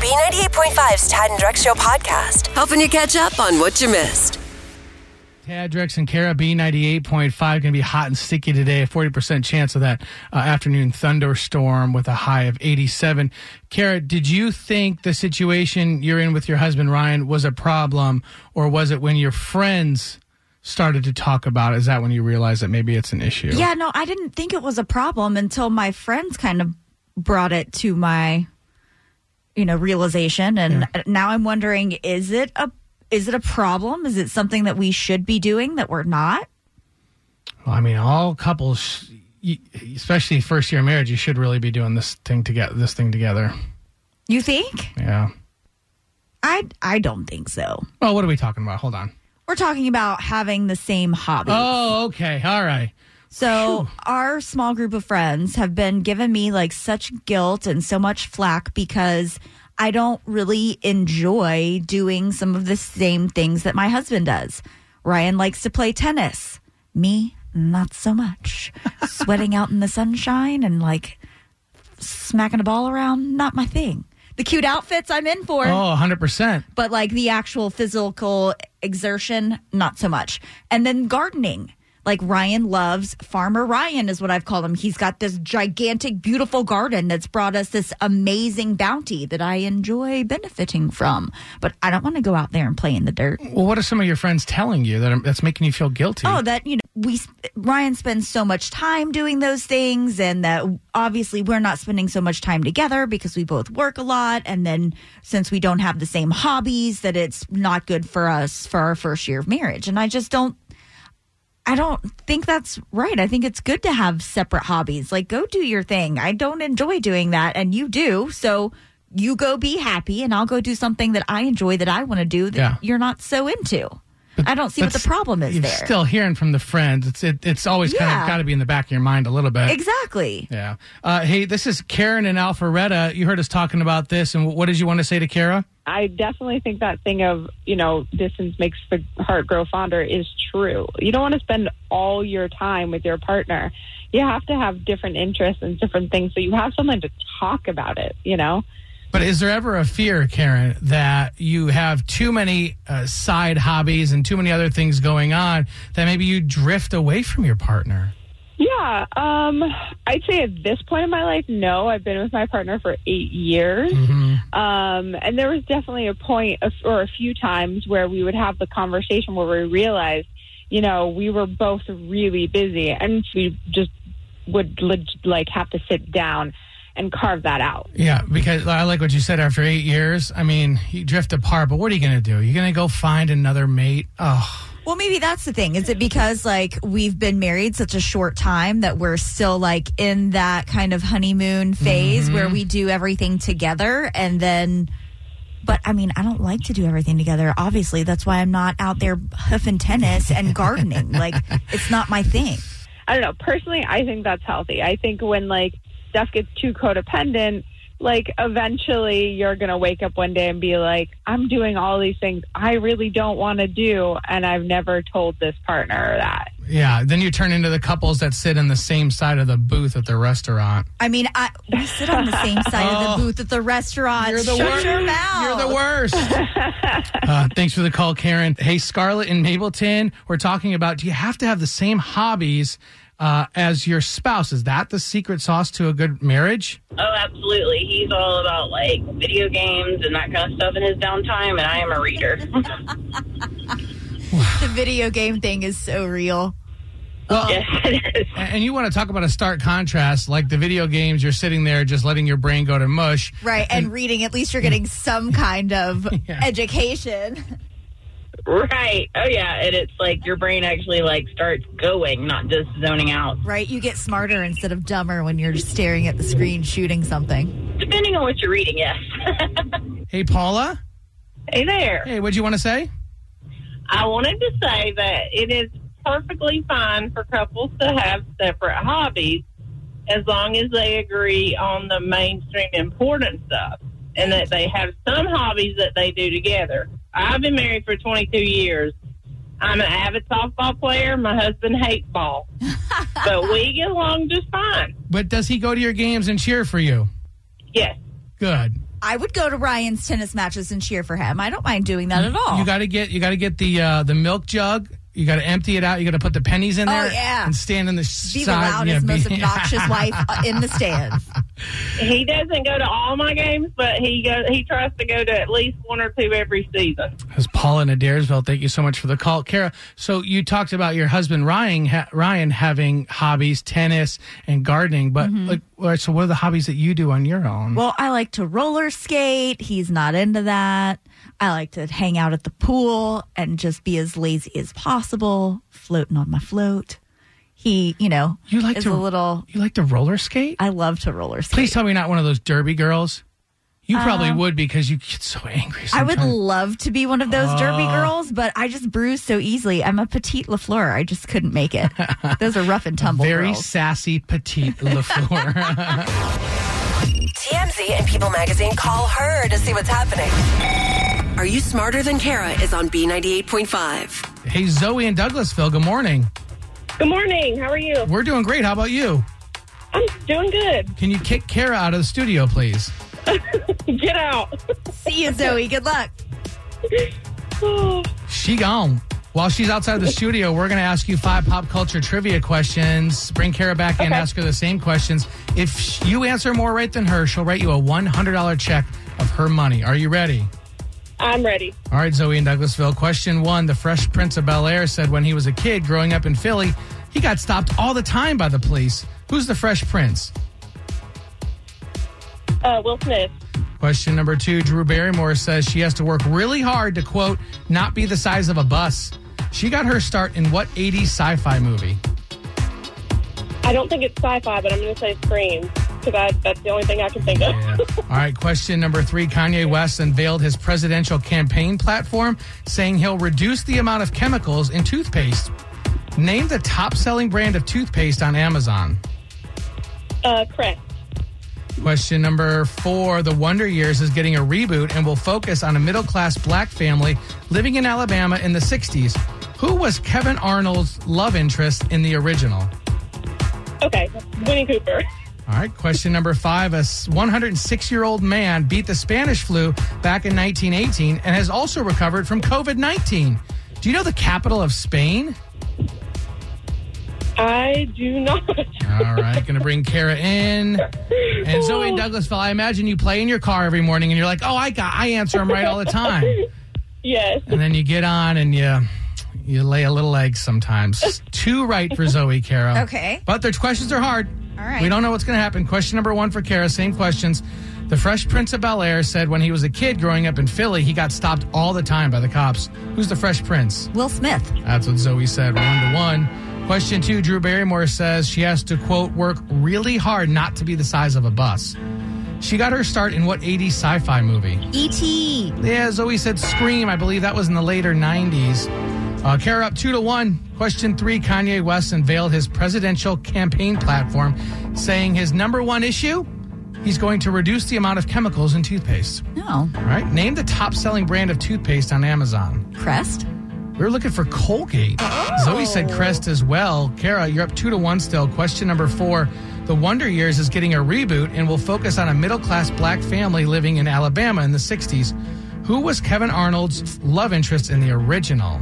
B98.5's Tad and Drex Show podcast, helping you catch up on what you missed. Tad, Drex, and Kara, B98.5 going to be hot and sticky today. A 40% chance of that uh, afternoon thunderstorm with a high of 87. Kara, did you think the situation you're in with your husband, Ryan, was a problem, or was it when your friends started to talk about it? Is that when you realized that maybe it's an issue? Yeah, no, I didn't think it was a problem until my friends kind of brought it to my, you know, realization, and now I'm wondering: is it a is it a problem? Is it something that we should be doing that we're not? Well, I mean, all couples, y- especially first year marriage, you should really be doing this thing together. This thing together. You think? Yeah. I I don't think so. Well, what are we talking about? Hold on. We're talking about having the same hobby. Oh, okay. All right. So our small group of friends have been giving me like such guilt and so much flack because I don't really enjoy doing some of the same things that my husband does. Ryan likes to play tennis. Me, not so much. Sweating out in the sunshine and like smacking a ball around, not my thing. The cute outfits I'm in for Oh, 100%. but like the actual physical exertion, not so much. And then gardening. Like Ryan loves Farmer Ryan, is what I've called him. He's got this gigantic, beautiful garden that's brought us this amazing bounty that I enjoy benefiting from. But I don't want to go out there and play in the dirt. Well, what are some of your friends telling you that are, that's making you feel guilty? Oh, that you know, we Ryan spends so much time doing those things, and that obviously we're not spending so much time together because we both work a lot, and then since we don't have the same hobbies, that it's not good for us for our first year of marriage. And I just don't, I don't think that's right. I think it's good to have separate hobbies. Like, go do your thing. I don't enjoy doing that, and you do. So. You go be happy, and I'll go do something that I enjoy that I want to do that Yeah. you're not so into. I don't see what the That's- problem is you're there. Still hearing from the friends. It's it, it's always kind of Yeah. got to be in the back of your mind a little bit. Exactly. yeah. Uh, hey, this is Karen in Alpharetta. You heard us talking about this, and what did you want to say to Kara? I definitely think that thing of, you know, distance makes the heart grow fonder is true. You don't want to spend all your time with your partner. You have to have different interests and different things so you have someone to talk about it, you know? But is there ever a fear, Karen, that you have too many uh, side hobbies and too many other things going on that maybe you drift away from your partner? Yeah, um, I'd say at this point in my life, no. I've been with my partner for eight years, um, and there was definitely a point of, or a few times where we would have the conversation where we realized, you know, we were both really busy, and we just would leg- like have to sit down and carve that out. Yeah, because I like what you said. After eight years, I mean, you drift apart. But what are you going to do? You're going to go find another mate? Oh, Well, maybe that's the thing. Is it because like we've been married such a short time that we're still like in that kind of honeymoon phase Mm-hmm. where we do everything together and then but I mean, I don't like to do everything together. Obviously, that's why I'm not out there hoofing tennis and gardening. like it's not my thing. I don't know. Personally, I think that's healthy. I think when like stuff gets too codependent, like eventually you're going to wake up one day and be like, I'm doing all these things I really don't want to do. And I've never told this partner that. yeah. Then you turn into the couples that sit in the same side of the booth at the restaurant. I mean, I we sit on the same side Oh. of the booth at the restaurant. Shut your You're mouth. the worst. uh, thanks for the call, Karen. Hey, Scarlett in Mableton, we're talking about do you have to have the same hobbies uh, as your spouse? Is that the secret sauce to a good marriage? Oh, absolutely. He's all about like video games and that kind of stuff in his downtime, and I am a reader. the video game thing is so real. Well, yes, it is. and and you want to talk about a stark contrast, like the video games, you're sitting there just letting your brain go to mush. Right, and reading, at least you're getting some kind of Yeah. education. Right. Oh, yeah. And it's like your brain actually like starts going, not just zoning out. Right? You get smarter instead of dumber when you're staring at the screen shooting something. Depending on what you're reading, yes. Hey, Paula. hey there. Hey, what'd you want to say? I wanted to say that it is perfectly fine for couples to have separate hobbies as long as they agree on the mainstream important stuff and that they have some hobbies that they do together. I've been married for 22 years. I'm an avid softball player. My husband hates ball. but we get along just fine. But does he go to your games and cheer for you? Yes. Good. I would go to Ryan's tennis matches and cheer for him. I don't mind doing that at all. You got to get you got to get the uh, the milk jug. You got to empty it out. You got to put the pennies in Oh, there. yeah. and stand in the be the side. loudest, yeah, most be- obnoxious wife uh, in the stands. He doesn't go to all my games, but he go, he tries to go to at least one or two every season. As Paula Nadaresville, thank you so much for the call, Kara. So you talked about your husband Ryan ha- Ryan having hobbies, tennis and gardening, but like, all right, so what are the hobbies that you do on your own? Mm-hmm. Well, I like to roller skate. He's not into that. I like to hang out at the pool and just be as lazy as possible, floating on my float. He, you know, you like is to a little. You like to roller skate? I love to roller skate. Please tell me you're not one of those derby girls. You probably would because you get so angry. Uh, I would sometimes. Ah. love to be one of those derby girls, but I just bruise so easily. I'm a petite Lafleur. I just couldn't make it. Those are rough and tumble very girls. sassy petite Lafleur. TMZ and People Magazine call her to see what's happening. Are You Smarter Than Kara is on B98.5. hey Zoe in Douglasville, good morning. Good morning. How are you? We're doing great. How about you? I'm doing good. Can you kick Kara out of the studio, please? Get out. See you, Zoe. Good luck. She gone. While she's outside the studio, we're going to ask you five pop culture trivia questions. Bring Kara back in, ask her the same questions. If sh- you answer more right than her, she'll write you a $100 check of her money. Are you ready? I'm ready. All right, Zoe in Douglasville. Question one The Fresh Prince of Bel Air said when he was a kid growing up in Philly, he got stopped all the time by the police. Who's the Fresh Prince? Uh, Will Smith. Question number two Drew Barrymore says she has to work really hard to, quote, not be the size of a bus. She got her start in what 80s sci fi movie? I don't think it's sci-fi, but I'm going to say Scream because that's the only thing I can think of. Yeah. All right, question number three. Kanye West unveiled his presidential campaign platform, saying he'll reduce the amount of chemicals in toothpaste. Name the top selling brand of toothpaste on Amazon. Uh, Crest. Question number four The Wonder Years is getting a reboot and will focus on a middle class black family living in Alabama in the 60s. Who was Kevin Arnold's love interest in the original? Okay, Winnie Cooper. All right, question number five. A 106 year old man beat the Spanish flu back in 1918 and has also recovered from COVID 19. Do you know the capital of Spain? I do not. All right, gonna bring Kara in. And Zoe in Douglasville, I imagine you play in your car every morning and you're like, oh, I got, I answer them right all the time. Yes. And then you get on and you. You lay a little egg sometimes. Two right for Zoe, Kara. Okay. But their questions are hard. All right. We don't know what's going to happen. Question number one for Kara, same questions. The Fresh Prince of Bel Air said when he was a kid growing up in Philly, he got stopped all the time by the cops. Who's the Fresh Prince? Will Smith. That's what Zoe said, one to one. Question two Drew Barrymore says she has to, quote, work really hard not to be the size of a bus. She got her start in what 80s sci fi movie? E E.T. Yeah, Zoe said Scream. I believe that was in the later 90s. Uh, Kara up two to one. Question three Kanye West unveiled his presidential campaign platform, saying his number one issue he's going to reduce the amount of chemicals in toothpaste. No. All right, name the top selling brand of toothpaste on Amazon. Crest. We were looking for Colgate. Zoe said Crest as well. Kara, you're up two to one still. Question number four. The Wonder Years is getting a reboot and will focus on a middle class black family living in Alabama in the 60s. Who was Kevin Arnold's love interest in the original?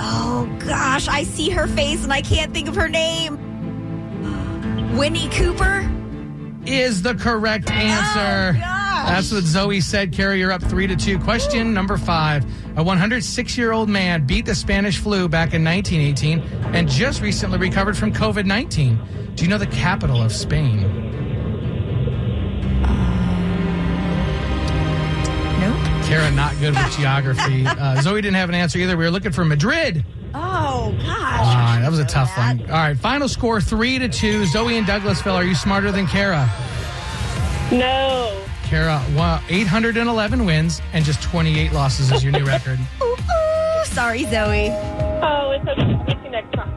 Oh gosh, I see her face and I can't think of her name. Winnie Cooper? Is the correct answer. Oh, gosh. That's what Zoe said. Kara, you're up three to two. Question number five. A 106 year old man beat the Spanish flu back in 1918 and just recently recovered from COVID 19. Do you know the capital of Spain? Nope. Kara, not good with geography. Uh, Zoe didn't have an answer either. We were looking for Madrid. Oh gosh. Ah, that was a tough that. one. All right, final score three to two. Zoe and Douglasville, are you smarter than Kara? No. Kara, wow, 811 wins and just 28 losses is your new record. Ooh, ooh. Sorry, Zoe. Oh, it's okay. We'll see you next time.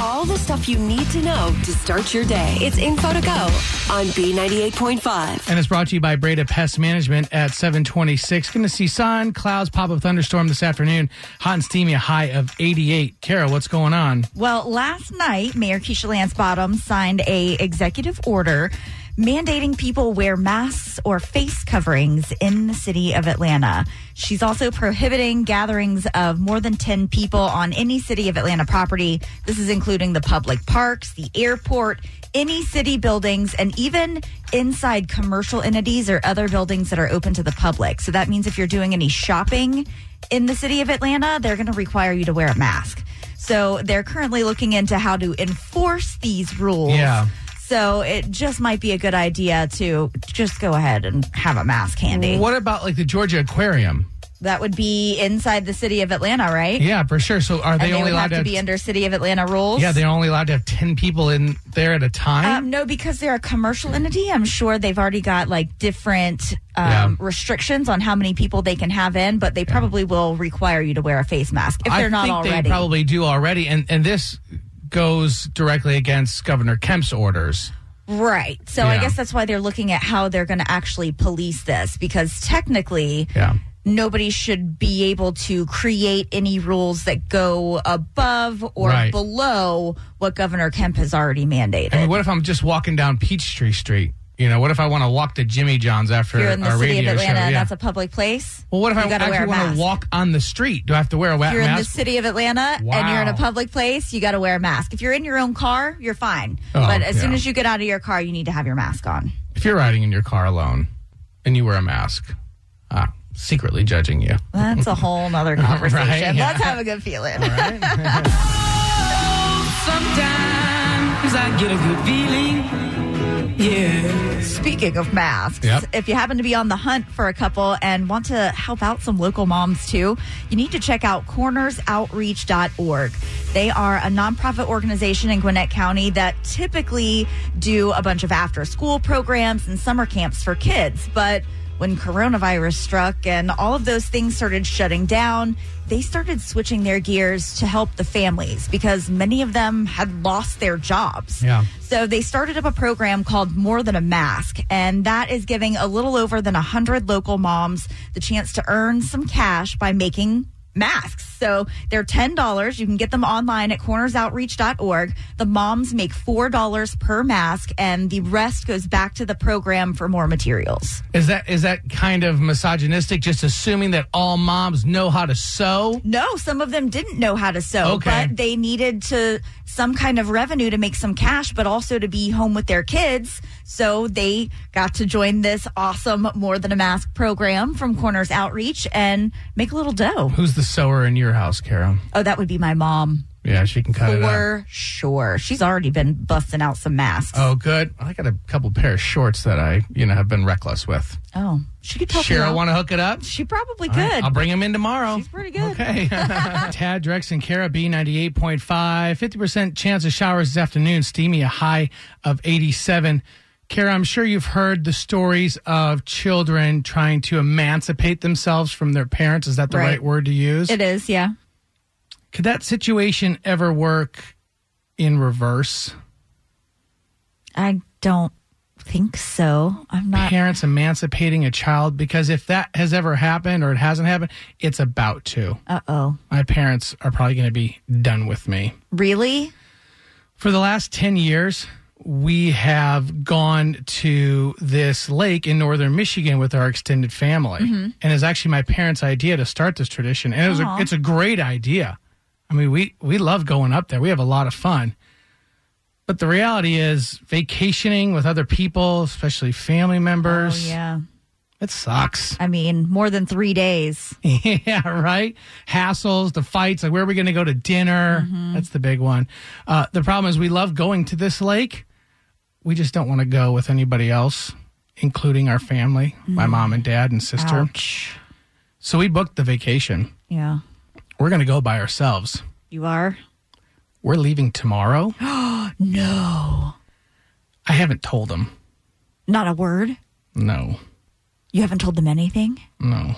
All the stuff you need to know to start your day. It's info to go on B98.5. And it's brought to you by Breda Pest Management at 726. Going to see sun, clouds, pop up thunderstorm this afternoon. Hot and steamy, a high of 88. Kara, what's going on? Well, last night, Mayor Keisha Lance Bottom signed a executive order mandating people wear masks or face coverings in the city of Atlanta. She's also prohibiting gatherings of more than 10 people on any city of Atlanta property. This is including the public parks, the airport, any city buildings, and even inside commercial entities or other buildings that are open to the public. So that means if you're doing any shopping in the city of Atlanta, they're going to require you to wear a mask. So they're currently looking into how to enforce these rules. Yeah. So it just might be a good idea to just go ahead and have a mask handy. What about like the Georgia Aquarium? That would be inside the city of Atlanta, right? Yeah, for sure. So are they, And they, only would allowed have to be under city of Atlanta rules. Yeah, they're only allowed to have ten people in there at a time. Um, no, because they're a commercial entity. I'm sure they've already got like different um, Yeah. restrictions on how many people they can have in, but they probably will require you to wear a face mask if I they're not think already. they probably do already, and and this goes directly against Governor Kemp's orders. Right. So I Yeah. guess that's why they're looking at how they're going to actually police this because technically Yeah. nobody should be able to create any rules that go above or Right. below what Governor Kemp has already mandated. I mean, what if I'm just walking down Peachtree Street? You know, what if I want to walk to Jimmy John's after You're in the our city of radio Atlanta show? and Yeah. that's a public place. well, what if you I gotta wear actually a want mask. to walk on the street? Do I have to wear a wet If you're in the mask? city of Atlanta and you're in a Wow. public place, you got to wear a mask. If you're in your own car, you're fine. Oh, but as soon yeah. as you get out of your car, you need to have your mask on. if you're riding in your car alone and you wear a mask, ah, secretly judging you. That's a whole nother conversation. yeah. Let's have a good feeling. Sometimes I get a good feeling. Yeah. Speaking of masks, Yep. if you happen to be on the hunt for a couple and want to help out some local moms too, you need to check out cornersoutreach.org. They are a nonprofit organization in Gwinnett County that typically do a bunch of after school programs and summer camps for kids. But when coronavirus struck and all of those things started shutting down, they started switching their gears to help the families because many of them had lost their jobs. Yeah. So they started up a program called More Than a Mask, and that is giving a little over than 100 local moms the chance to earn some cash by making masks. So they're $10. You can get them online at cornersoutreach.org. The moms make $4 per mask, and the rest goes back to the program for more materials. Is that is that kind of misogynistic? Just assuming that all moms know how to sew? No, some of them didn't know how to sew, Okay. but they needed to some kind of revenue to make some cash, but also to be home with their kids. So they got to join this awesome More Than a Mask program from Corners Outreach and make a little dough. Who's the sewer in your house, Kara? Oh, that would be my mom Yeah, she can cut it up. for sure. She's already been busting out some masks. Oh, good. I got a couple pair of shorts that I, you know, have been reckless with. Oh, she could help you Cheryl, out. want to hook it up? She probably All right, could. I'll bring him in tomorrow. She's pretty good. Okay. Tad, Drex, and Kara B, 98.5. 50% chance of showers this afternoon. Steamy, a high of 87. Kara, I'm sure you've heard the stories of children trying to emancipate themselves from their parents. Is that the right, Right. word to use? It is, yeah. Could that situation ever work in reverse? I don't think so. I'm not Parents emancipating a child? Because if that has ever happened or it hasn't happened, it's about to. Uh oh. My parents are probably going to be done with me. Really? For the last 10 years, we have gone to this lake in northern Michigan with our extended family. Mm-hmm. And it's actually my parents' idea to start this tradition. And it was a, it's a great idea. I mean, we, we love going up there, we have a lot of fun. But the reality is, vacationing with other people, especially family Oh, members, yeah. it sucks. I mean, more than three days. yeah, right. Hassles, the fights, like where are we going to go to dinner? That's the big one. Uh, the problem is we love going to this lake. We just don't want to go with anybody else, including our family, my mom and dad and sister. Ouch. So we booked the vacation. Yeah. We're going to go by ourselves. You are? We're leaving tomorrow. No. I haven't told them. Not a word? No, You haven't told them anything? no.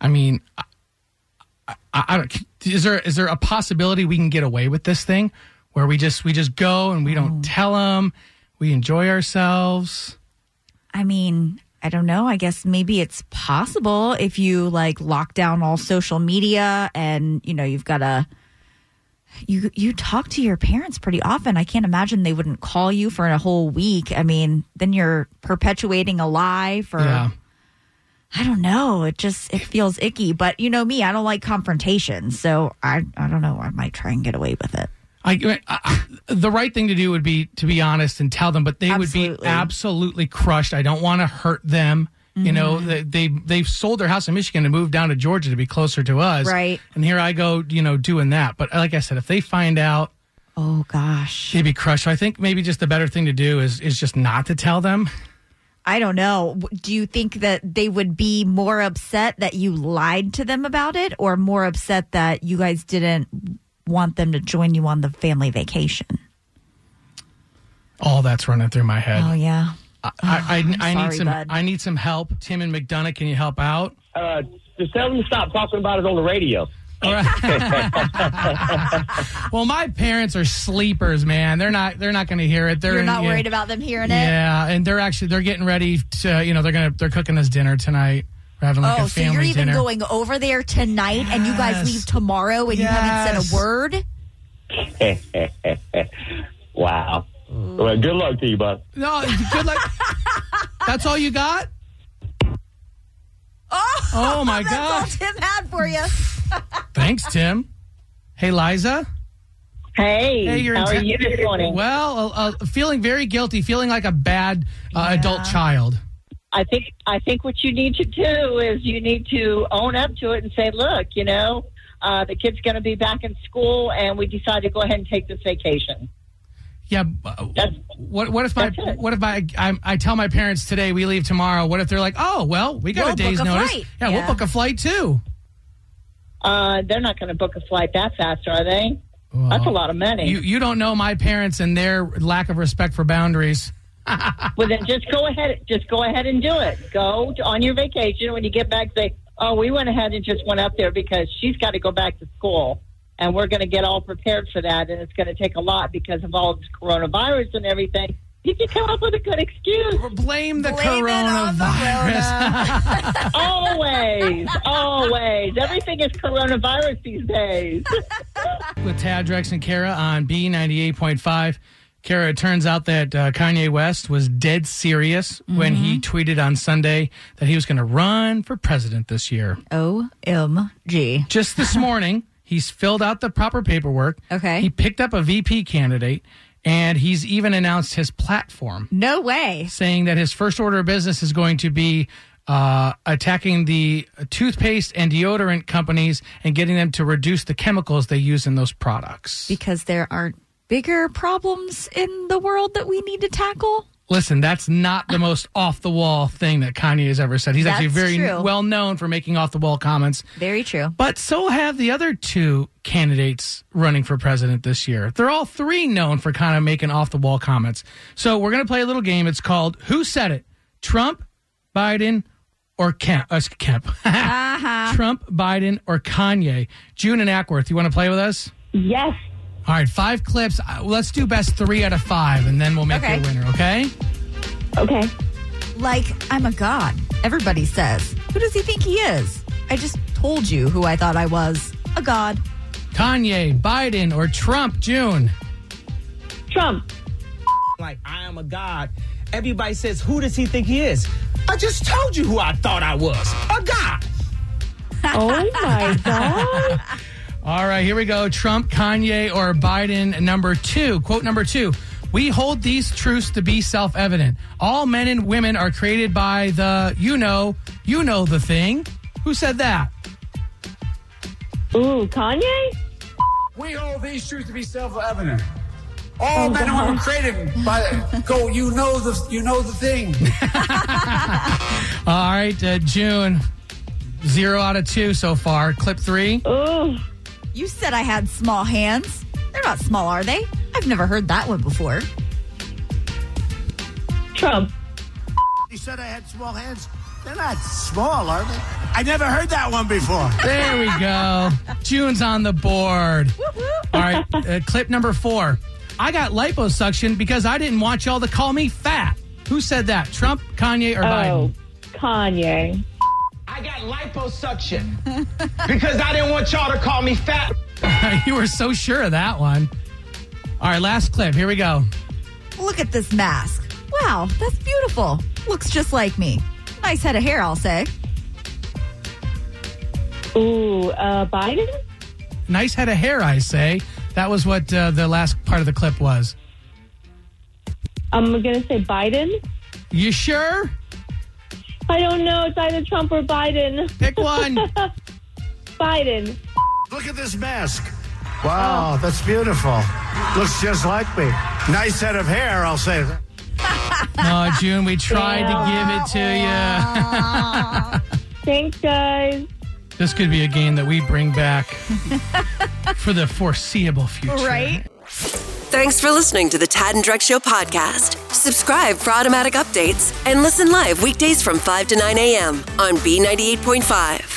I mean, I, I, I don't. Is there is there a possibility we can get away with this thing, where we just we just go and we Oh. don't tell them, we enjoy ourselves? I mean, I don't know. I guess maybe it's possible if you like lock down all social media and, you know, you've got to you you talk to your parents pretty often. I can't imagine they wouldn't call you for a whole week. I mean, then you're perpetuating a lie for Yeah. I don't know. It just it feels icky. But you know me, I don't like confrontation, so I I don't know. I might try and get away with it. I, I, the right thing to do would be to be honest and tell them, but they would be Absolutely. absolutely crushed. I don't want to hurt them. You know, Mm-hmm. they, they they've sold their house in Michigan and moved down to Georgia to be closer to us. Right. And here I go, you know, doing that. But like I said, if they find out, Oh gosh. they'd be crushed. So I think maybe just the better thing to do is is just not to tell them. I don't know. W- Do you think that they would be more upset that you lied to them about it or more upset that you guys didn't want them to join you on the family vacation? All that's running through my head. Oh yeah. I, I, I, sorry, need some bud. I need some help. Tim and McDonough, can you help out? Uh, just tell them to stop talking about it on the radio. All right. well, my parents are sleepers, man. They're not. They're not going to hear it. They're You're in- not yeah. worried about them hearing it? Yeah, and they're actually they're getting ready to. You know, they're gonna they're cooking us dinner tonight. We're having like oh, a so you're family even dinner. going over there tonight and you guys Yes. leave tomorrow and you haven't Yes. said a word? Wow. Well, good luck to you, bud. no, good luck. That's all you got. Oh, Oh my that's god! all Tim had for you. Thanks, Tim. Hey, Liza. Hey, Hey, you're how in are te- you this morning? Well, uh, uh, feeling very guilty, feeling like a bad uh, adult child. I think I think what you need to do is you need to own up to it and say, look, you know, uh, the kid's going to be back in school, and we decided to go ahead and take this vacation. Yeah. uh, That's- What What if my that's it. What if I, I I tell my parents today we leave tomorrow? What if they're like, oh well, we got We'll a day's book a notice. flight. Yeah, Yeah. we'll book a flight too. Uh, they're not going to book a flight that fast, are they? That's a lot of money. You You don't know my parents and their lack of respect for boundaries. well, then just go ahead, just go ahead and do it. Go to, on your vacation when you get back. Say, oh, we went ahead and just went up there because she's got to go back to school, and we're going to get all prepared for that, and it's going to take a lot because of all this coronavirus and everything. You can come up with a good excuse. Blame the Blame it on the coronavirus. always, always. Everything is coronavirus these days. With Tad, Drex, and Kara on B ninety eight point five. Kara, it turns out that uh, Kanye West was dead serious when he tweeted on Sunday that he was going to run for president this year. OMG. just this morning, he's filled out the proper paperwork. Okay. He picked up a VP candidate and he's even announced his platform, No way. saying that his first order of business is going to be uh, attacking the toothpaste and deodorant companies and getting them to reduce the chemicals they use in those products. Because there are bigger problems in the world that we need to tackle. Listen, that's not the most off the wall thing that Kanye has ever said. He's actually That's very true. well known for making off the wall comments. Very true. But so have the other two candidates running for president this year. They're all three known for kind of making off the wall comments. So we're going to play a little game. It's called Who Said It? Trump, Biden, or Kemp? Uh, Kemp. Trump, Biden, or Kanye? June and Ackworth, you want to play with us? Yes. All right, five clips. Uh, Let's do best three out of five, and then we'll make Okay. you a winner, okay? Okay. Like, I'm a god. Everybody says. Who does he think he is? I just told you who I thought I was. A god. Kanye, Biden, or Trump, June? Trump. like I am a god. Everybody says, who does he think he is? I just told you who I thought I was. A god. Oh my god. All right, here we go. Trump, Kanye, or Biden, number two. Quote number two We hold these truths to be self evident. All men and women are created by the, you know, you know the thing. Who said that? Ooh, Kanye? We hold these truths to be self-evident. All men and women created by go. You know the you know the thing. All right, uh, June, zero out of two so far. Clip three. Ooh. You said I had small hands. They're not small, are they? I've never heard that one before. Trump. He said I had small hands. They're not small, are they? I never heard that one before. There we go. June's on the board. All right, uh, clip number four. I got liposuction because I didn't want y'all to call me fat. Who said that? Trump, Kanye, or Biden? Oh, Kanye. I got liposuction because I didn't want y'all to call me fat. you were so sure of that one. All right, last clip. Here we go. Look at this mask. Wow, that's beautiful. Looks just like me. Nice head of hair, I'll say. Ooh, uh, Biden? Nice head of hair, I say. That was what uh, the last part of the clip was. I'm going to say Biden. You sure? I don't know. It's either Trump or Biden. Pick one. Biden. Look at this mask. Wow, that's beautiful. Looks just like me. Nice head of hair, I'll say. Oh, June, we tried to give it to you. Thanks, guys. This could be a game that we bring back for the foreseeable future. Right? Thanks for listening to the Tad and Drex Show podcast. Subscribe for automatic updates and listen live weekdays from 5 to 9 a.m. on B98.5.